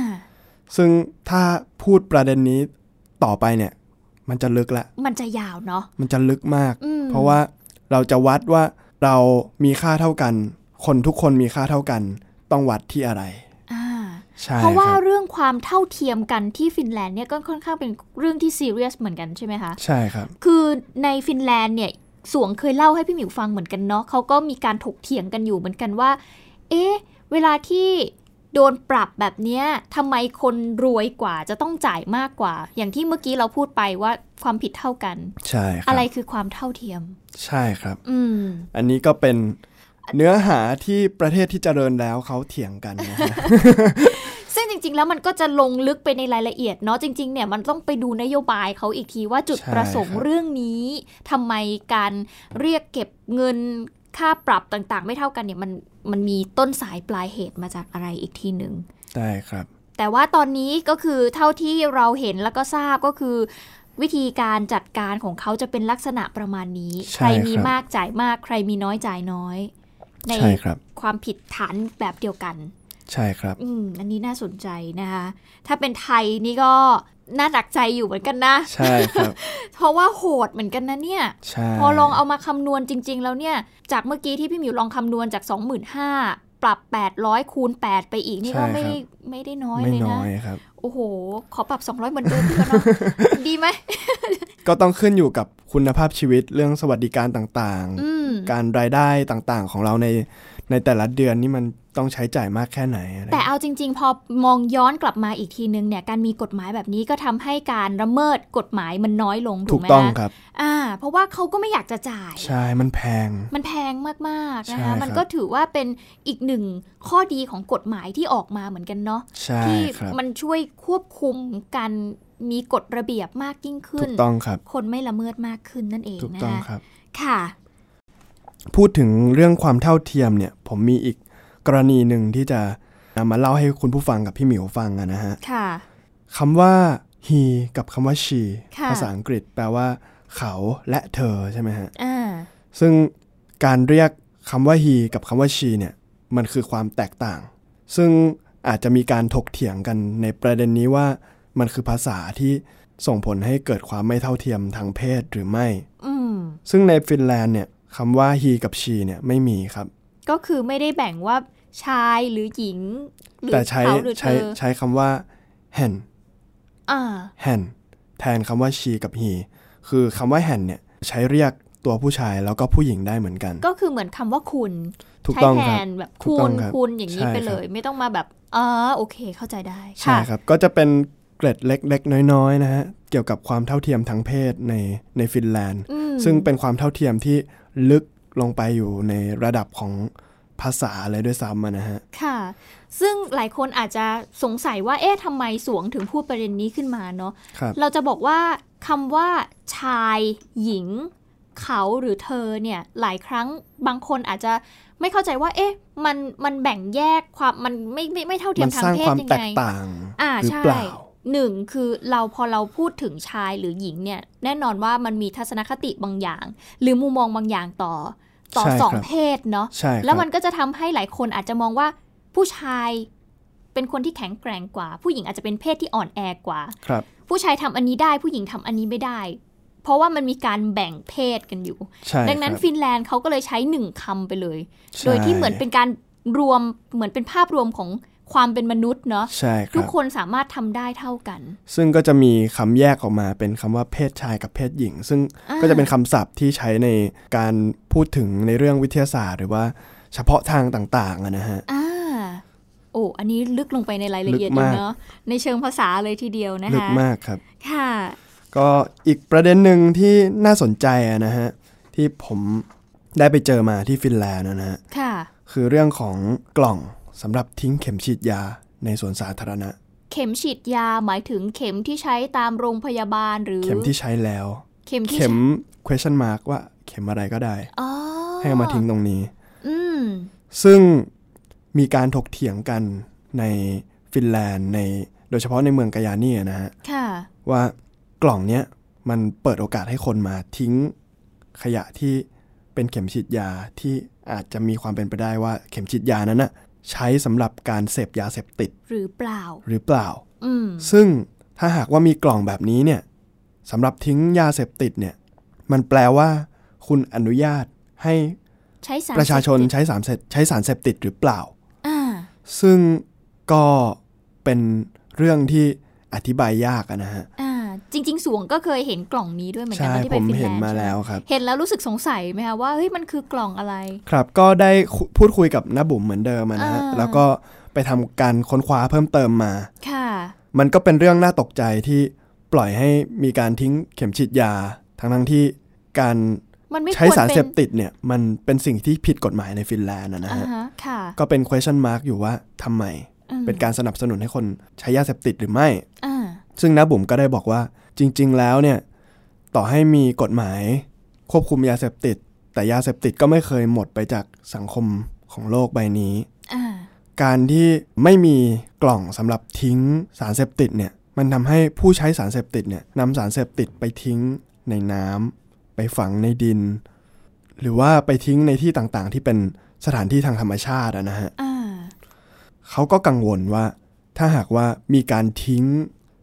Speaker 3: ซึ่งถ้าพูดประเด็นนี้ต่อไปเนี่ยมันจะลึกละ
Speaker 2: มันจะยาวเนาะ
Speaker 3: มันจะลึกมาก
Speaker 2: อืม
Speaker 3: เพราะว่าเราจะวัดว่าเรามีค่าเท่ากัน คนทุกคนมีค่าเท่ากัน ต้องวัดที่อะไร
Speaker 2: อ่า
Speaker 3: ใช่
Speaker 2: เพราะว่า
Speaker 3: คบ
Speaker 2: เรื่องความเท่าเทียมกันที่ฟินแลนด์เนี่ยก็ค่อนข้างเป็นเรื่องที่ซีเรียสเหมือนกันใช่ไหมคะ
Speaker 3: ใช่ครับ
Speaker 2: คือในฟินแลนด์เนี่ยสวงเคยเล่าให้พี่หมิวฟังเหมือนกันเนาะเขาก็มีการถกเถียงกันอยู่เหมือนกันว่า เอ๊ะ เวลาที่โดนปรับแบบเนี้ยทำไมคนรวยกว่าจะต้องจ่ายมากกว่า อย่างที่เมื่อกี้เราพูดไปว่าความผิดเท่ากัน
Speaker 3: ใช่ครับ
Speaker 2: อะไรคือความเท่าเทียม
Speaker 3: ใช่ครับ
Speaker 2: อืม
Speaker 3: อันนี้ก็เป็นเนื้อหาที่ประเทศที่เจริญแล้วเขาเถียงกันนะ ฮะ
Speaker 2: ซึ่งจริง ๆ แล้วมันก็จะลงลึกไปในรายละเอียดเนาะจริง ๆ เนี่ยมันต้องไปดูนโยบายเขาอีกทีว่าจุด
Speaker 3: ใช่
Speaker 2: ประสงค์
Speaker 3: ครับ
Speaker 2: เรื่องนี้ทำไมการเรียกเก็บเงินค่าปรับต่างๆ ไม่เท่ากันเนี่ยมันมันมีต้นสายปลายเหตุมาจากอะไรอีกทีหนึ่ง
Speaker 3: ได้ครับ
Speaker 2: แต่ว่าตอนนี้ก็คือเท่าที่เราเห็นแล้วก็ทราบก็คือ วิธีการจัดการของเขาจะเป็นลักษณะประมาณนี้
Speaker 3: ใช่
Speaker 2: ใครมี
Speaker 3: ครับ
Speaker 2: มากจ่ายมาก ใครมีน้อยจ่ายน้อย ใน
Speaker 3: ใช่ครับ
Speaker 2: ความผิดฐานแบบเดียวกัน
Speaker 3: ใช่ครับ
Speaker 2: อืม อันนี้น่าสนใจนะคะ ถ้าเป็นไทยนี่ก็น่าหนักใจอยู่เหมือนกันนะ
Speaker 3: ใช่ครับ
Speaker 2: เพราะว่าโหดเหมือนกันนะเนี่ย
Speaker 3: ใช่
Speaker 2: พอลองเอามาคำนวณจริง ๆ แล้วเนี่ย จากเมื่อกี้ที่พี่หมิวลองคำนวณจาก 25,000 ปรับ 800 คูณ 8 ไปอีกนี่ก็ไม่ได้ไม่ได้น้อย
Speaker 3: ไม่
Speaker 2: เลย
Speaker 3: น้
Speaker 2: นะ
Speaker 3: อยครับ
Speaker 2: โอ้โห ขอปรับ 200 เหมือนเดิมดีกว่าเนอะ ดีไหม
Speaker 3: ก็ต้องขึ้นอยู่กับคุณภาพชีวิตเรื่องสวัสดิการต่างๆ
Speaker 2: อืม
Speaker 3: การรายได้ต่างๆของเราในในแต่ละเดือนนี่มันต้องใช้จ่ายมากแค่ไหนอะไร
Speaker 2: แต่เอาจริง ๆ พอมองย้อนกลับมาอีกทีนึงเนี่ย การมีกฎหมายแบบนี้ก็ทำให้การละเมิดกฎหมายมันน้อยลงถู
Speaker 3: ถู
Speaker 2: ก
Speaker 3: ก
Speaker 2: ไหม
Speaker 3: ต้อง
Speaker 2: คะ
Speaker 3: ครับ
Speaker 2: อ่า เพราะว่าเขาก็ไม่อยากจะจ่าย
Speaker 3: ใช่มันแพง
Speaker 2: มันแพงมากๆนะ
Speaker 3: ใช่ครั
Speaker 2: คะ
Speaker 3: บ
Speaker 2: มันก็ถือว่าเป็นอีกหนึ่งข้อดีของกฎหมายที่ออกมาเหมือนกันเนาะ
Speaker 3: ใช่
Speaker 2: ที่
Speaker 3: ครับ
Speaker 2: มันช่วยควบคุมการมีกฎระเบียบมากยิ่ง
Speaker 3: ถู
Speaker 2: ขึ้น
Speaker 3: กต้องครับ
Speaker 2: คนไม่ละเมิดมากขึ้นนั่นเอง
Speaker 3: ถูก
Speaker 2: นะ
Speaker 3: ต้องค
Speaker 2: คะ
Speaker 3: รับ
Speaker 2: ค่ะ
Speaker 3: พูดถึงเรื่องความเท่าเทียมเนี่ย ผมมีอีกกรณีหนึ่งที่จะนำมาเล่าให้คุณผู้ฟังกับพี่หมิวฟังอะนะฮะ
Speaker 2: ค่ะ
Speaker 3: คำว่า he กับคำว่า she
Speaker 2: ค่ะ
Speaker 3: ภาษาอังกฤษแปลว่า เขาและเธอใช่ไหมฮะ
Speaker 2: อ่า
Speaker 3: ซึ่งการเรียกคำว่า he กับคำว่า she เนี่ยมันคือความแตกต่าง ซึ่งอาจจะมีการถกเถียงกันในประเด็นนี้ว่ามันคือภาษาที่ส่งผลให้เกิดความไม่เท่าเทียมทางเพศหรือไม่
Speaker 2: อืม
Speaker 3: ซึ่งในฟินแลนด์เนี่ยคำว่า he กับ she เนี่ยไม่มีครับ
Speaker 2: ก็คือไม่ได้แบ่งว่าชายหรือหญิง หรือ
Speaker 3: แต่ใช้
Speaker 2: เขาหรือเธ
Speaker 3: ใช้
Speaker 2: อ
Speaker 3: ใช้คำว่า hen
Speaker 2: อ่า
Speaker 3: hen แทนคำว่า she กับ he คือคำว่า hen เนี่ยใช้เรียกตัวผู้ชายแล้วก็ผู้หญิงได้เหมือนกัน
Speaker 2: ก็คือเหมือนคำว่าคุณ
Speaker 3: ถูก
Speaker 2: ใช้
Speaker 3: ต้อง
Speaker 2: แท
Speaker 3: ครับ
Speaker 2: นแบบ
Speaker 3: ถูก
Speaker 2: คุ
Speaker 3: ต้อง
Speaker 2: ณ
Speaker 3: ครับ
Speaker 2: คุณอย่างนี้
Speaker 3: ใช่
Speaker 2: ไป
Speaker 3: ครับ
Speaker 2: เลย ไม่ต้องมาแบบเออโอเค เข้าใจได้
Speaker 3: ใช่
Speaker 2: ค่ะ
Speaker 3: ครับ ก็จะเป็นเกร็ดเล็กๆ น้อยๆนะฮะ เกี่ยวกับความเท่าเทียมทางเพศในในฟินแลนด์
Speaker 2: อืม
Speaker 3: ซึ่งเป็นความเท่าเทียมที่ลึกลงไปอยู่ในระดับของภาษาเลยด้วยซ้ำอะนะฮะ
Speaker 2: ค่ะ ซึ่งหลายคนอาจจะสงสัยว่าเอ๊ะทำไมสวงถึงพูดประเด็นนี้ขึ้นมาเนาะ
Speaker 3: ครับ
Speaker 2: เราจะบอกว่าคำว่าชายหญิง เขาหรือเธอเนี่ยหลายครั้งบางคนอาจจะไม่เข้าใจว่า เอ๊ะ มันมันแบ่งแยกความมันไม่ไม่ไม่เท่าเทีย
Speaker 3: มั
Speaker 2: ม
Speaker 3: น
Speaker 2: ทาง
Speaker 3: สร้าง
Speaker 2: เพศ
Speaker 3: ความ
Speaker 2: ยัง
Speaker 3: แต
Speaker 2: ไง
Speaker 3: กต่าง
Speaker 2: อ่า
Speaker 3: หรือ
Speaker 2: ใช่
Speaker 3: เปล่า
Speaker 2: หนึ่งคือเราพอเราพูดถึงชายหรือหญิงเนี่ย แน่นอนว่ามันมีทัศนคติบางอย่าง หรือมุมมองบางอย่างต่อ ต่อ
Speaker 3: ใช่ครับ
Speaker 2: สองเพศเนาะ
Speaker 3: ใช่ครับ
Speaker 2: แล้วมันก็จะทำให้หลายคนอาจจะมองว่าผู้ชายเป็นคนที่แข็งแกร่งกว่า ผู้หญิงอาจจะเป็นเพศที่อ่อนแอกว่า
Speaker 3: ครับ
Speaker 2: ผู้ชายทำอันนี้ได้ผู้หญิงทำอันนี้ไม่ได้ เพราะว่ามันมีการแบ่งเพศกันอยู่
Speaker 3: ใช่
Speaker 2: ดังนั้น
Speaker 3: ครับ
Speaker 2: ฟินแลนด์เขาก็เลยใช้หนึ่งคำไปเลย โดย
Speaker 3: ใช่
Speaker 2: ที่เหมือนเป็นการรวมเหมือนเป็นภาพรวมของความเป็นมนุษย์เนาะ
Speaker 3: ใช่ค
Speaker 2: ทุ
Speaker 3: รั
Speaker 2: ก
Speaker 3: บ
Speaker 2: คนสามารถทำได้เท่ากัน
Speaker 3: ซึ่งก็จะมีคำแยกออกมาเป็นคำว่าเพศชายกับเพศหญิง ซึ่ง
Speaker 2: อ่า
Speaker 3: ก็จะเป็นคำศัพท์ที่ใช้ในการพูดถึงในเรื่องวิทยาศาสตร์ หรือว่าเฉพาะทางต่างๆอะนะฮะ
Speaker 2: อ่า โอ้ อันนี้ลึกลงไปในรายละเอียด
Speaker 3: ลึกมาก
Speaker 2: เนอะในเชิงภาษาเลยทีเดียวนะ
Speaker 3: ลึก
Speaker 2: คะ
Speaker 3: มากครับ
Speaker 2: ค่ะ
Speaker 3: ก็อีกประเด็นหนึ่งที่น่าสนใจอะนะฮะ ที่ผมได้ไปเจอมาที่ฟินแลนด์นะฮะ
Speaker 2: ค่ะ
Speaker 3: คือเรื่องของกล่องสำหรับทิ้งเข็มฉีดยาในสวนสาธารณะ
Speaker 2: เข็มฉีดยาหมายถึงเข็มที่ใช้ตามโรงพยาบาลหรือ
Speaker 3: เข็มที่ใช้แล้ว
Speaker 2: เข็มที่
Speaker 3: เข็ม
Speaker 2: ใช้
Speaker 3: question mark ว่าเข็มอะไรก็ได้
Speaker 2: อ๋อ
Speaker 3: ให้เอามาทิ้งตรงนี้
Speaker 2: อืม
Speaker 3: ซึ่งมีการถกเถียงกันในฟินแลนด์ในโดยเฉพาะในเมืองกายานี่อะนะฮะ
Speaker 2: ค่ะ
Speaker 3: ว่ากล่องเนี้ยมันเปิดโอกาสให้คนมาทิ้งขยะที่เป็นเข็มฉีดยาที่อาจจะมีความเป็นไปได้ว่าเข็มฉีดยานั้นนะใช้สำหรับการเสพยาเสพติด
Speaker 2: หรือเปล่า
Speaker 3: หรือเปล่า
Speaker 2: อืม
Speaker 3: ซึ่งถ้าหากว่ามีกล่องแบบนี้เนี่ยสำหรับทิ้งยาเสพติดเนี่ยมันแปลว่า คุณอนุญาตให้
Speaker 2: ใช้สาร
Speaker 3: ประชาชน
Speaker 2: เสพติด
Speaker 3: ใช้สารเสพใช้สารเสพติดหรือเปล่า
Speaker 2: อ่า
Speaker 3: ซึ่งก็เป็นเรื่องที่อธิบายยากอะนะฮะ
Speaker 2: อ่า จริง ๆ สวงก็เคยเห็นกล่องนี้ด้วยเหมือนกัน
Speaker 3: ใช่
Speaker 2: นะที่
Speaker 3: ผ
Speaker 2: ไปฟิน
Speaker 3: ม
Speaker 2: แลนด์
Speaker 3: เห็นมา
Speaker 2: ใช่ไห
Speaker 3: แล้วครับ
Speaker 2: เห็นแล้วรู้สึกสงสัยไหมคะว่าเฮ้ยมันคือกล่องอะไร
Speaker 3: ครับก็ได้คุพูดคุยกับน้าบุ๋มเหมือนเดิมอะนะฮะ
Speaker 2: อ่า
Speaker 3: แล้วก็ไปทำการค้นคว้าเพิ่มเติมมา
Speaker 2: ค่ะ
Speaker 3: มันก็เป็นเรื่องน่าตกใจที่ปล่อยให้มีการทิ้งเข็มฉีดยา ทั้งทั้งๆที่การ
Speaker 2: มันไม่
Speaker 3: ใช้
Speaker 2: ควร
Speaker 3: สาร
Speaker 2: ป็น
Speaker 3: เสพติดเนี่ยมันเป็นสิ่งที่ผิดกฎหมายในฟินแลนด์อะนะ
Speaker 2: อ่า
Speaker 3: ฮะ
Speaker 2: ฮะค่ะ
Speaker 3: ก็เป็น question mark อยู่ว่าทำไม
Speaker 2: อืม
Speaker 3: เป็นการสนับสนุนให้คนใช้ยาเสพติดหรือไม่
Speaker 2: อ่า
Speaker 3: ซึ่งน้าบุ๋มก็ได้บอกว่าจริง ๆ แล้วเนี่ยต่อให้มีกฎหมาย ควบคุมยาเสพติด แต่ยาเสพติดก็ไม่เคยหมดไปจากสังคมของโลกใบนี้
Speaker 2: อ่า
Speaker 3: การที่ไม่มีกล่องสำหรับทิ้งสารเสพติดเนี่ยมันทำให้ผู้ใช้สารเสพติดเนี่ยนำสารเสพติดไปทิ้งในน้ำไปฝังในดิน หรือว่าไปทิ้งในที่ต่างๆ ที่เป็นสถานที่ทางธรรมชาติอะนะฮะ
Speaker 2: อ่า
Speaker 3: เขาก็กังวลว่า ถ้าหากว่ามีการทิ้ง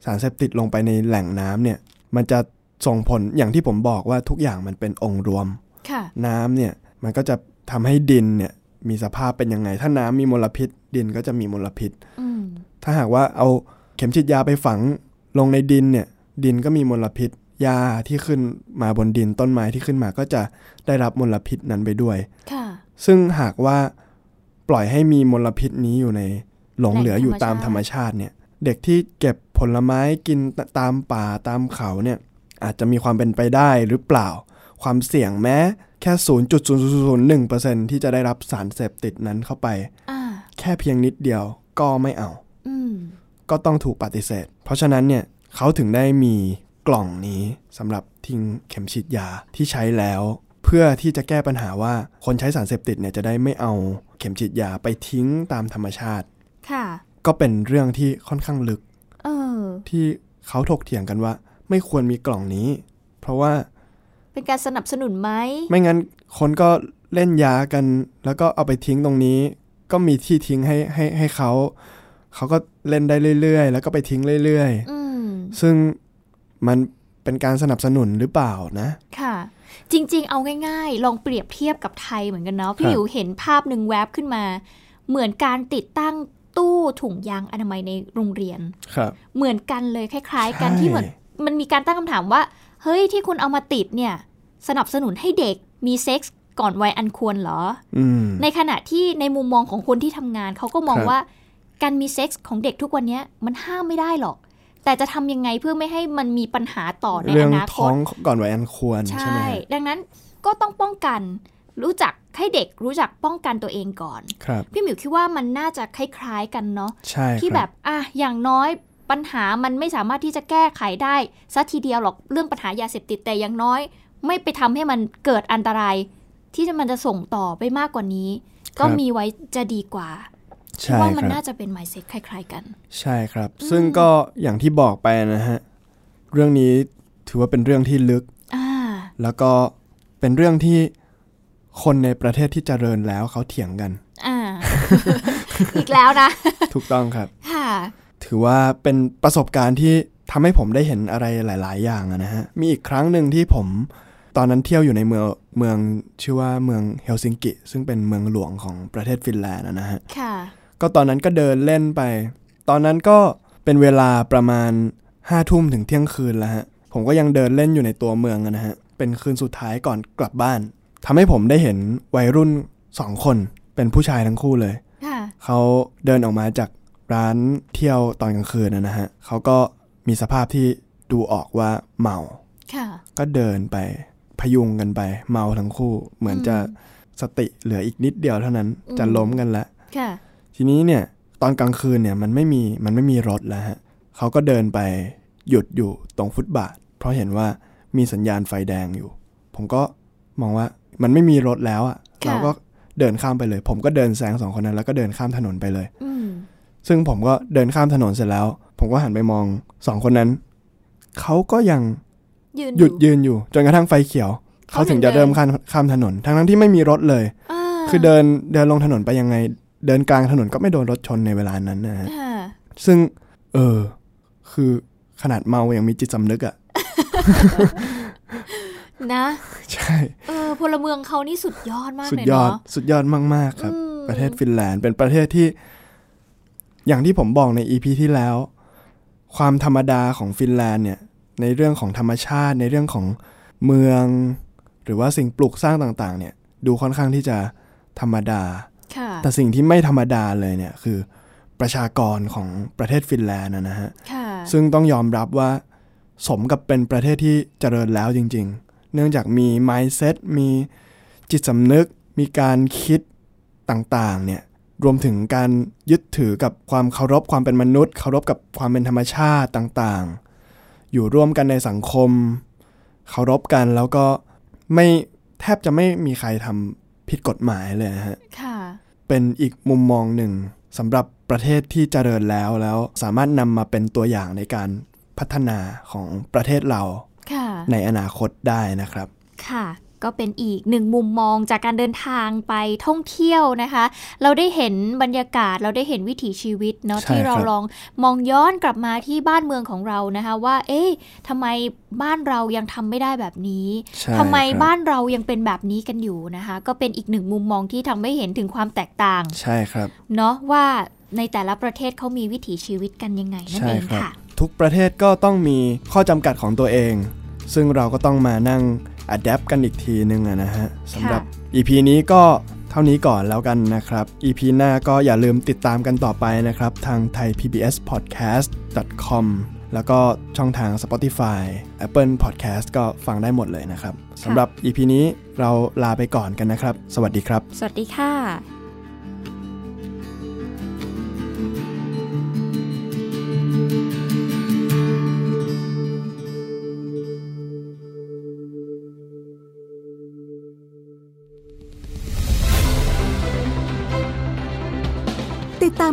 Speaker 3: สารเสพติดลงไปในแหล่งน้ำเนี่ยมันจะส่งผลอย่างที่ผมบอกว่าทุกอย่างมันเป็นองค์รวม
Speaker 2: ค่ะ
Speaker 3: น้ำเนี่ยมันก็จะทำให้ดินเนี่ยมีสภาพเป็นยังไง ถ้าน้ำมีมลพิษ ดินก็จะมีมลพิษ
Speaker 2: อืม
Speaker 3: ถ้าหากว่าเอาเข็มฉีดยาไปฝังลงในดินเนี่ยดินก็มีมลพิษหญ้าที่ขึ้นมาบนดินต้นไม้ที่ขึ้นมาก็จะได้รับมลพิษนั้นไปด้วย
Speaker 2: ค่ะ
Speaker 3: ซึ่งหากว่าปล่อยให้มีมลพิษนี้อยู่ในหลงเหลืออยู่ตามธรรมชาติเนี่ย เด็กที่เก็บผลไม้กินตตามป่าตามเขาเนี่ยอาจจะมีความเป็นไปได้หรือเปล่า ความเสี่ยงแม้แค่ 0.0001%ที่จะได้รับสารเสพติดนั้นเข้าไป
Speaker 2: อ่า
Speaker 3: แค่เพียงนิดเดียวก็ไม่เอา
Speaker 2: อืม
Speaker 3: ก็ต้องถูกปฏิเสธ เพราะฉะนั้นเนี่ยเขาถึงได้มีกล่องนี้สำหรับทิ้งเข็มฉีดยาที่ใช้แล้ว เพื่อที่จะแก้ปัญหาว่าคนใช้สารเสพติดเนี่ยจะได้ไม่เอาเข็มฉีดยาไปทิ้งตามธรรมชาติ
Speaker 2: ค่ะ
Speaker 3: ก็เป็นเรื่องที่ค่อนข้างลึก
Speaker 2: เออ
Speaker 3: ที่เขาถกเถียงกันว่า ไม่ควรมีกล่องนี้ เพราะว่า
Speaker 2: เป็นการสนับสนุนไหม
Speaker 3: ไม่งั้นคนก็เล่นยากัน แล้วก็เอาไปทิ้งตรงนี้ ก็มีที่ทิ้งให้ให้ให้เขาเขาก็เล่นได้เรื่อยๆ แล้วก็ไปทิ้งเรื่อยๆ
Speaker 2: อืม
Speaker 3: ซึ่งมันเป็นการสนับสนุนหรือเปล่านะ
Speaker 2: ค่ะ จริง ๆ เอาง่ายๆ ลองเปรียบเทียบกับไทยเหมือนกันเนาะ พี่
Speaker 3: ค
Speaker 2: ห
Speaker 3: รับ
Speaker 2: มิวเห็นภาพหนึ่งแวบขึ้นมา เหมือนการติดตั้งตู้ถุงยางอนามัยในโรงเรียน
Speaker 3: ครับ
Speaker 2: เหมือนกันเลยคล้าย ๆ กัน
Speaker 3: ใช่
Speaker 2: ที่เหมือนมันมีการตั้งคำถามว่า เฮ้ยที่คุณเอามาติดเนี่ย สนับสนุนให้เด็กมีเซ็กส์ก่อนวัยอันควรเหรอ
Speaker 3: อืม
Speaker 2: ในขณะที่ในมุมมองของคนที่ทำงานเขาก็มอง
Speaker 3: ครับ
Speaker 2: ว่า การมีเซ็กส์ของเด็กทุกวันเนี้ยมันห้ามไม่ได้หรอก
Speaker 3: ใช่
Speaker 2: แต่จะทำยังไงเพื่อไม่ให้มันมีปัญหาต่อใน
Speaker 3: เรื่
Speaker 2: อ
Speaker 3: อง
Speaker 2: นาค
Speaker 3: ท้อ
Speaker 2: ต
Speaker 3: งก่อนวัยอันควร
Speaker 2: ใช
Speaker 3: ใช่ไหม่
Speaker 2: ดังนั้นก็ต้องป้องกัน รู้จักให้เด็กรู้จักป้องกันตัวเองก่อน
Speaker 3: ครับ
Speaker 2: พี่หมิวคิดว่ามันน่าจะคล้ายๆกันเนาะ
Speaker 3: ใช่
Speaker 2: ที่
Speaker 3: ค
Speaker 2: แบ
Speaker 3: รับบ
Speaker 2: อ่ะอย่างน้อยปัญหามันไม่สามารถที่จะแก้ไขได้ซะทีเดียวหรอกเรื่องปัญหายาเสพติดแต่อย่างน้อย ไม่ไปทำให้มันเกิดอันตราย ที่จะมันจะส่งต่อไปมากกว่านี้ ก็มีไว้จะดีกว่าคิด
Speaker 3: ใช่
Speaker 2: ว่ามัน
Speaker 3: ครับ
Speaker 2: น่าจะเป็น mindset คล้าย ๆ กัน
Speaker 3: ใช่ครับ ซึ่งก็อย่างที่บอกไปนะฮะ เรื่องนี้ถือว่าเป็นเรื่องที่ลึก
Speaker 2: อ่า
Speaker 3: แล้วก็เป็นเรื่องที่คนในประเทศที่เจริญแล้วเขาเถียงกัน
Speaker 2: อ่า อีกแล้วนะ
Speaker 3: ถูกต้องครับ
Speaker 2: ค่ะ
Speaker 3: ถือว่าเป็นประสบการณ์ที่ทำให้ผมได้เห็นอะไรหลาย ๆ อย่างอะนะฮะ มีอีกครั้งหนึ่งที่ผมตอนนั้นเที่ยวอยู่ในเมืองเมืองชื่อว่าเมืองเฮลซิงกิ ซึ่งเป็นเมืองหลวงของประเทศฟินแลนด์อะนะฮะ
Speaker 2: ค่ะ
Speaker 3: ก็ตอนนั้นก็เดินเล่นไป ตอนนั้นก็เป็นเวลาประมาณห้าทุ่มถึงเที่ยงคืนแล้วฮะ ผมก็ยังเดินเล่นอยู่ในตัวเมืองอะนะฮะ เป็นคืนสุดท้ายก่อนกลับบ้าน ทำให้ผมได้เห็นวัยรุ่นสองคน เป็นผู้ชายทั้งคู่เลย
Speaker 2: ค่ะ
Speaker 3: เขาเดินออกมาจากร้านเที่ยวตอนกลางคืนนะนะฮะ เขาก็มีสภาพที่ดูออกว่าเมา
Speaker 2: ค่ะ
Speaker 3: ก็เดินไปพยุงกันไป เมาทั้งคู่ เหมือนจะสติเหลืออีกนิดเดียวเท่านั้น จะล้มกันละ
Speaker 2: ค่ะ
Speaker 3: ทีนี้เนี่ยตอนกลางคืนเนี่ยมันไม่มีมันไม่มีรถแล้วฮะเขาก็เดินไปหยุดอยู่ตรงฟุตบาท เพราะเห็นว่ามีสัญญาณไฟแดงอยู่ ผมก็มองว่ามันไม่มีรถแล้วอะ่ะ
Speaker 2: ค่ะ
Speaker 3: เราก็เดินข้ามไปเลย ผมก็เดินแซงสองคนนั้นแล้วก็เดินข้ามถนนไปเลย
Speaker 2: อืม
Speaker 3: ซึ่งผมก็เดินข้ามถนนเสร็จแล้ว ผมก็หันไปมองสองคนนั้นเขาก็ยัง
Speaker 2: ยืน
Speaker 3: หยุดยืนอยู่ จนกระทั่งไฟเขียว เขาถึงจะเริ่มข้ามข้ามถนน ทั้งทั้งที่ไม่มีรถเลย
Speaker 2: อ่า
Speaker 3: คือเดินเดินลงถนนไปยังไง เดินกลางถนนก็ไม่โดนรถชนในเวลานั้นนะฮะ
Speaker 2: ค่ะ
Speaker 3: ซึ่ง เออ คือขนาดเมายังมีจิตสำนึกอะ่ะ
Speaker 2: นะ
Speaker 3: ใช่
Speaker 2: เออพลเมืองเขานี่สุดยอดมาก
Speaker 3: สุด
Speaker 2: เลย
Speaker 3: ยอด
Speaker 2: เนาะ
Speaker 3: สุดยอดมาก ๆ ครับ
Speaker 2: อืม
Speaker 3: ประเทศฟินแลนด์เป็นประเทศที่ อย่างที่ผมบอกในอีพีที่แล้ว ความธรรมดาของฟินแลนด์เนี่ย ในเรื่องของธรรมชาติ ในเรื่องของเมือง หรือว่าสิ่งปลูกสร้างต่าง ๆ เนี่ย ดูค่อนข้างที่จะธรรมดา
Speaker 2: ค่ะ
Speaker 3: แต่สิ่งที่ไม่ธรรมดาเลยเนี่ย คือประชากรของประเทศฟินแลนด์อะนะฮะ
Speaker 2: ค่ะ
Speaker 3: ซึ่งต้องยอมรับว่าสมกับเป็นประเทศที่เจริญแล้วจริง ๆ เนื่องจากมี mindset มีจิตสำนึก มีการคิดต่างๆ เนี่ย รวมถึงการยึดถือกับความเคารพความเป็นมนุษย์ เคารพกับความเป็นธรรมชาติต่างๆ อยู่ร่วมกันในสังคม เคารพกันแล้วก็ไม่แทบจะไม่มีใครทำผิดกฎหมายเลยนะฮะ
Speaker 2: ค่ะ
Speaker 3: เป็นอีกมุมมองหนึ่งสำหรับประเทศที่เจริญแล้วแล้วสามารถนำมาเป็นตัวอย่างในการพัฒนาของประเทศเรา
Speaker 2: ค่ะ
Speaker 3: ในอนาคตได้นะครับ
Speaker 2: ค่ะ ก็เป็นอีกหนึ่งมุมมองจากการเดินทางไปท่องเที่ยวนะคะ เราได้เห็นบรรยากาศเราได้เห็นวิถีชีวิตเนาะ
Speaker 3: ใช่
Speaker 2: ที่เรา
Speaker 3: ครับ
Speaker 2: ลองมองย้อนกลับมาที่บ้านเมืองของเรานะคะ ว่า เอ๊ะทำไมบ้านเรายังทำไม่ได้แบบนี้
Speaker 3: ใช่
Speaker 2: ทำไม
Speaker 3: ครั
Speaker 2: บ้านเรายังเป็นแบบนี้กันอยู่นะคะ ก็เป็นอีกหนึ่งมุมมองที่ทำให้เห็นถึงความแตกต่าง
Speaker 3: ใช่ครับ
Speaker 2: เนาะว่าในแต่ละประเทศเขามีวิถีชีวิตกันยังไงนั่น
Speaker 3: ใช่
Speaker 2: เอง
Speaker 3: ครับ
Speaker 2: ค่ะ
Speaker 3: ทุกประเทศก็ต้องมีข้อจำกัดของตัวเอง ซึ่งเราก็ต้องมานั่งอัดแอปกันอีกทีนึงอะนะฮะสำหรับ EP นี้ก็เท่านี้ก่อนแล้วกันนะครับ EP หน้าก็อย่าลืมติดตามกันต่อไปนะครับ ทาง thaipbspodcast.com แล้วก็ช่องทาง Spotify Apple Podcast ก็ฟังได้หมดเลยนะครับสำหรับ EP นี้เราลาไปก่อนกันนะครับ สวัสดีครับ
Speaker 2: สวัสดีค่ะ
Speaker 4: ติดตาม